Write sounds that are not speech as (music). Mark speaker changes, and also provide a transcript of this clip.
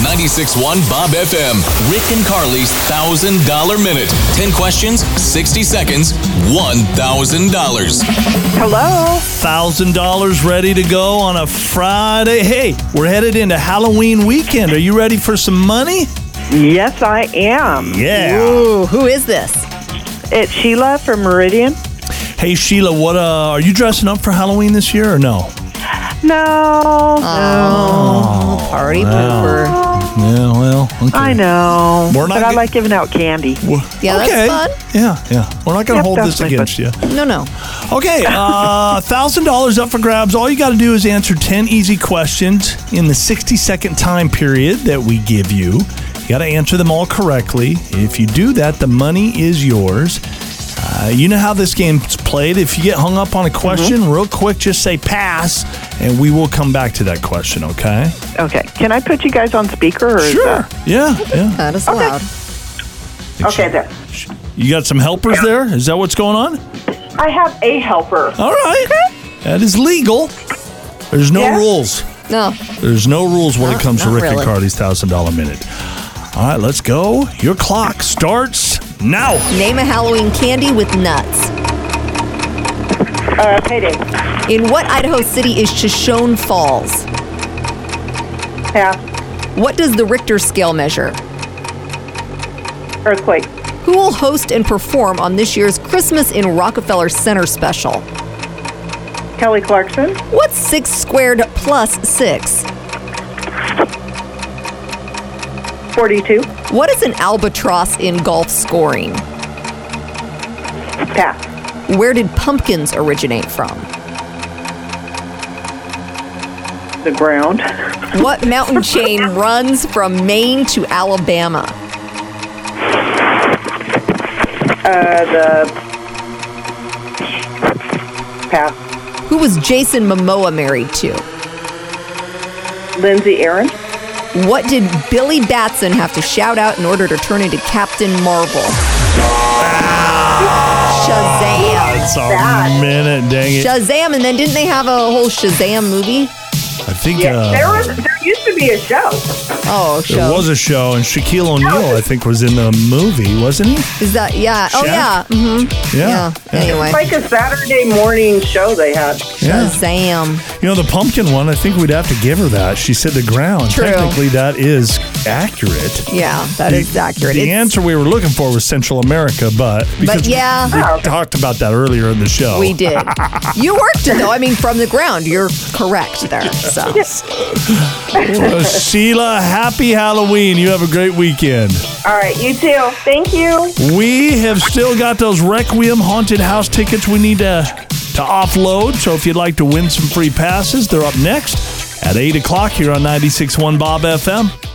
Speaker 1: 96.1 Bob FM. Rick and Carly's $1,000 minute. 10 questions, 60 seconds, $1,000.
Speaker 2: Hello.
Speaker 3: Thousand dollars ready to go on a Friday. Hey, we're headed into Halloween weekend. Are you ready for some money?
Speaker 2: Yes, I am.
Speaker 3: Yeah.
Speaker 4: Ooh, who is this?
Speaker 2: It's Sheila from Meridian.
Speaker 3: Hey Sheila, what uh are you dressing up for Halloween this year or no?
Speaker 2: No,
Speaker 4: Oh, party pooper.
Speaker 3: Yeah, well, okay.
Speaker 2: no, I know.
Speaker 3: We're not
Speaker 2: but I
Speaker 3: get-
Speaker 2: like giving out candy.
Speaker 3: Well,
Speaker 4: Yeah, that's
Speaker 3: okay.
Speaker 4: fun.
Speaker 3: Yeah, yeah. We're not gonna
Speaker 2: Yep,
Speaker 3: hold
Speaker 2: that's
Speaker 3: this
Speaker 2: my
Speaker 3: against you.
Speaker 4: No, no.
Speaker 2: (laughs)
Speaker 3: Okay, uh, thousand dollars up for grabs. All you got to do is answer ten easy questions in the sixty-second time period that we give you. You got to answer them all correctly. If you do that, the money is yours. Uh, you know how this game's played. If you get hung up on a question,
Speaker 2: Mm-hmm.
Speaker 3: real quick, just say pass, and we will come back to that question. Okay?
Speaker 2: Okay. Can I put you guys on speaker? Or is that-
Speaker 3: Yeah. Yeah.
Speaker 4: That is loud.
Speaker 2: Okay, there.
Speaker 3: You got some helpers there. Is that what's going on?
Speaker 2: I have a helper.
Speaker 3: All right. That is legal. There's no
Speaker 2: Yeah.
Speaker 3: rules.
Speaker 4: No.
Speaker 3: There's no rules when it
Speaker 4: Not-
Speaker 3: comes to
Speaker 4: not
Speaker 3: Rick and
Speaker 4: really.
Speaker 3: Carly's thousand dollar minute. All right, let's go. Your clock starts now.
Speaker 4: Name a Halloween candy with nuts.
Speaker 2: Uh, payday.
Speaker 4: In what Idaho city is Shoshone Falls?
Speaker 2: Pass.
Speaker 4: What does the Richter scale measure?
Speaker 2: Earthquake.
Speaker 4: Who will host and perform on this year's Christmas in Rockefeller Center special?
Speaker 2: Kelly Clarkson.
Speaker 4: What's 6 squared plus 6?
Speaker 2: 42.
Speaker 4: What is an albatross in golf scoring?
Speaker 2: Pass.
Speaker 4: Where did pumpkins originate from?
Speaker 2: The ground.
Speaker 4: What mountain chain runs from Maine to Alabama?
Speaker 2: Uh, the. Pass.
Speaker 4: Who was Jason Momoa married to?
Speaker 2: Lindsay Aaron.
Speaker 4: What did Billy Batson have to shout out in order to turn into Captain Marvel? Shazam.
Speaker 3: It's our minute, dang it.
Speaker 4: Shazam, and then didn't they have a whole Shazam movie?
Speaker 3: I think uh,
Speaker 2: there was. There used to be a show.
Speaker 4: Oh,
Speaker 3: there
Speaker 4: show.
Speaker 3: was a show, and Shaquille O'Neal, I think, was in the movie, wasn't he?
Speaker 4: Is that, yeah. Oh,
Speaker 3: Shaq?
Speaker 4: yeah. hmm Yeah. Anyway.
Speaker 2: Like a Saturday morning show they had.
Speaker 3: Yeah.
Speaker 4: Shazam.
Speaker 3: You know, the pumpkin one, I think we'd have to give her that. She said the ground.
Speaker 4: True.
Speaker 3: Technically, that is accurate.
Speaker 4: Yeah, that is accurate.
Speaker 3: The
Speaker 4: It's-
Speaker 3: answer we were looking for was Central America, but because
Speaker 4: yeah.
Speaker 3: we, we talked about that earlier in the show.
Speaker 4: We
Speaker 3: (laughs)
Speaker 4: did. You worked it though. I mean, from the ground, you're correct there. So,
Speaker 3: Uh, Sheila, happy Halloween. You have a great weekend.
Speaker 2: All right, you too. Thank you.
Speaker 3: We have still got those Requiem haunted house tickets we need to, to offload. So if you'd like to win some free passes, they're up next at 8 o'clock here on 96.1 Bob FM.